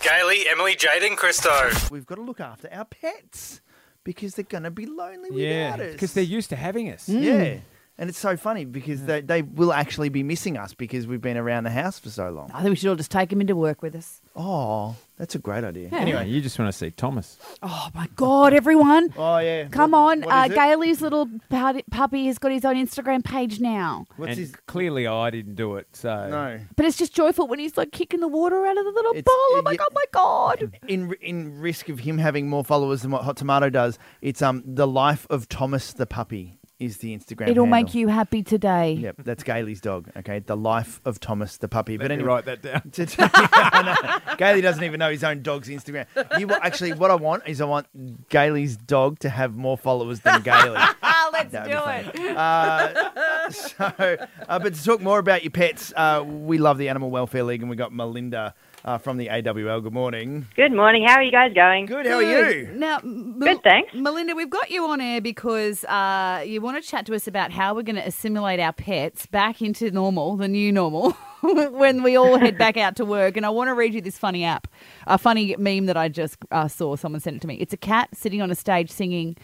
Gailey, Emily, Jaden, Christo. We've got to look after our pets because they're going to be lonely Yeah, without us. because they're used to having us. yeah. And it's so funny because they, they will actually be missing us because we've been around the house for so long. I think we should all just take him into work with us. Oh, that's a great idea. Anyway, you just want to see Thomas. Oh my God, everyone. Oh yeah. Come What- on. what Uh, is it? Gailey's little pu- puppy has got his own Instagram page now. What's and his? Clearly, I didn't do it. So No. But it's just joyful when he's like kicking the water out of the little It's- bowl. I'm like, yeah. oh my God. In in risk of him having more followers than what Hot Tomato does, it's um the life of Thomas the puppy is the Instagram. It'll make handle. you happy today. Yep, that's Gailey's dog. Okay, the life of Thomas the puppy. Let but me anyway, write that down. Today, I know. Gailey doesn't even know his own dog's Instagram. You will, actually, what I want is I want Gailey's dog to have more followers than Gailey. Ah, let's That'd be funny. Uh, so, uh, but to talk more about your pets, uh, we love the Animal Welfare League, and we got Melinda uh, from the AWL. Good morning. Good morning. How are you guys going? Good. How are you? Now, M- Good, thanks. Melinda, we've got you on air because uh, you want to chat to us about how we're going to assimilate our pets back into normal, the new normal, when we all head back out to work. And I want to read you this funny app, a funny meme that I just uh, saw. Someone sent it to me. It's a cat sitting on a stage singing,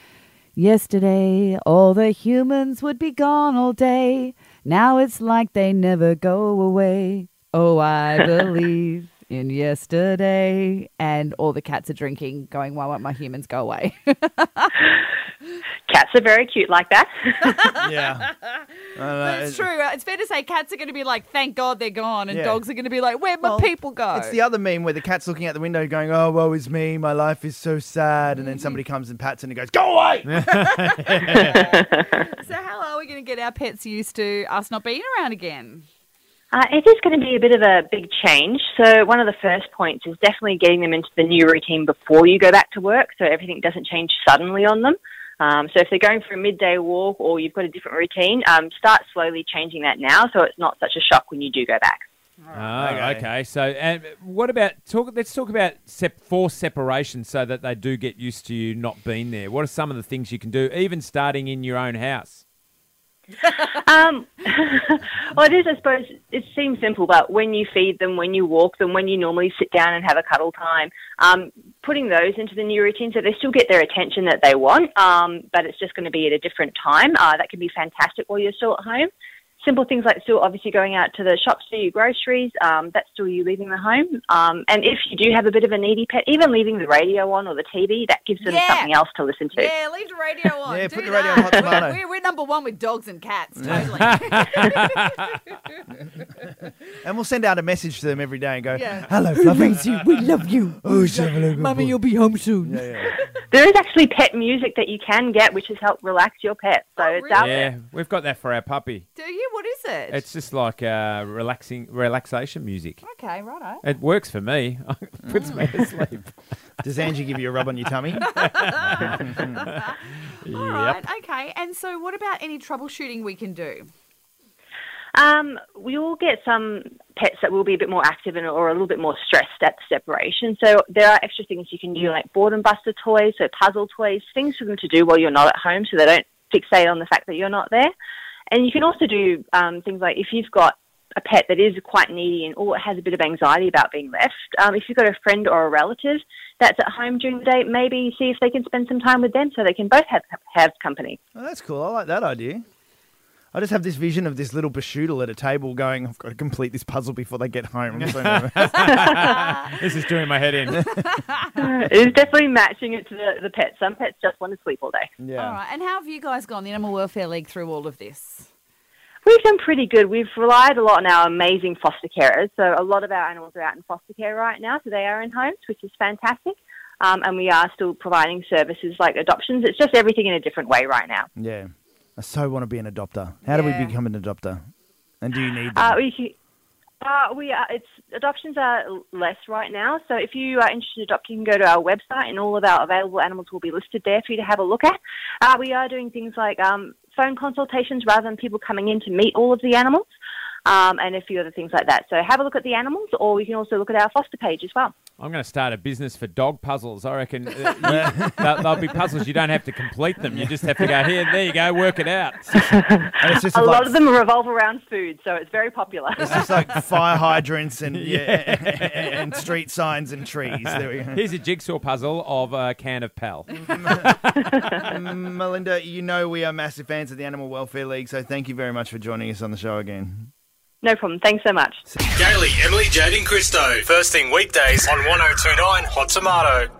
Yesterday, all the humans would be gone all day. Now it's like they never go away. Oh, I believe in yesterday. And all the cats are drinking, going, Why won't my humans go away? Cats are very cute like that. Yeah. I don't know. But it's true. Uh, It's fair to say cats are going to be like, Thank God they're gone. And Yeah. dogs are going to be like, Where'd my Well, people go? It's the other meme where the cat's looking out the window going, oh, woe is me, my life is so sad. And Mm. then somebody comes and pats it and it goes, go away! so, how are we going to get our pets used to us not being around again? Uh, it is going to be a bit of a big change. So, one of the first points is definitely getting them into the new routine before you go back to work so everything doesn't change suddenly on them. Um, so, if they're going for a midday walk or you've got a different routine, um, start slowly changing that now so it's not such a shock when you do go back. Oh, Okay. okay. So, and what about talk? Let's talk about sep- forced separation, so that they do get used to you not being there. What are some of the things you can do, even starting in your own house? Um, well, it is, I suppose, it seems simple, but when you feed them, when you walk them, when you normally sit down and have a cuddle time, um, putting those into the new routine so they still get their attention that they want, um, but it's just going to be at a different time. Uh, that can be fantastic while you're still at home. Simple things like still obviously going out to the shops for your groceries, um, that's still you leaving the home. Um, and if you do have a bit of a needy pet, even leaving the radio on or the TV, that gives them Yeah. something else to listen to. Yeah, leave the radio on. Yeah, Oh, Do put the radio on that. hot tomato. We're, we're number one with dogs and cats, totally. And we'll send out a message to them every day and go, Yeah. hello, Fluffy. you. We love you. Oh, she's having a good Mummy, boy. you'll be home soon. Yeah, yeah. There is actually pet music that you can get, which has helped relax your pet. So Oh, it's really? out there. Yeah, we've got that for our puppy. Do you? What is it? It's just like uh, relaxing relaxation music. okay, righto. It works for me. It puts me to sleep. Does Angie give you a rub on your tummy? Oh, All right, okay. And so, what about any troubleshooting we can do? Um, we will get some pets that will be a bit more active and or a little bit more stressed at the separation. So there are extra things you can do, like boredom buster toys, so puzzle toys, things for them to do while you're not at home, so they don't fixate on the fact that you're not there. And you can also do um, things like if you've got a pet that is quite needy and or has a bit of anxiety about being left, um, if you've got a friend or a relative that's at home during the day, maybe see if they can spend some time with them so they can both have have company. Oh, that's cool. I like that idea. I just have this vision of this little bashoodle at a table going, I've got to complete this puzzle before they get home. I'm so nervous. This is doing my head in. It is definitely matching it to the, the pet. Some pets just want to sleep all day. All right. And how have you guys gone, the Animal Welfare League, through all of this? We've done pretty good. We've relied a lot on our amazing foster carers. So a lot of our animals are out in foster care right now, so they are in homes, which is fantastic. Um, and we are still providing services like adoptions. It's just everything in a different way right now. Yeah. I so want to be an adopter. How do we Yeah. become an adopter? And do you need them? Uh, we can, uh, we are, it's adoptions are l- less right now. So if you are interested in adopting, you can go to our website, and all of our available animals will be listed there for you to have a look at. Uh, we are doing things like um, phone consultations rather than people coming in to meet all of the animals, um, and a few other things like that. So have a look at the animals, or you can also look at our foster page as well. I'm going to start a business for dog puzzles. I reckon uh, you- they'll, they'll be puzzles. You don't have to complete them. You just have to go here. There you go. Work it out. And it's just A like, lot of them revolve around food, so it's very popular. It's just like fire hydrants and yeah, and street signs and trees. There we go. Here's a jigsaw puzzle of a can of Pal. Mm, Melinda, you know we are massive fans of the Animal Welfare League, so thank you very much for joining us on the show again. no problem. Thanks so much. Daily Emily, Jade, and Christo. First thing weekdays on 1029 Hot Tomato.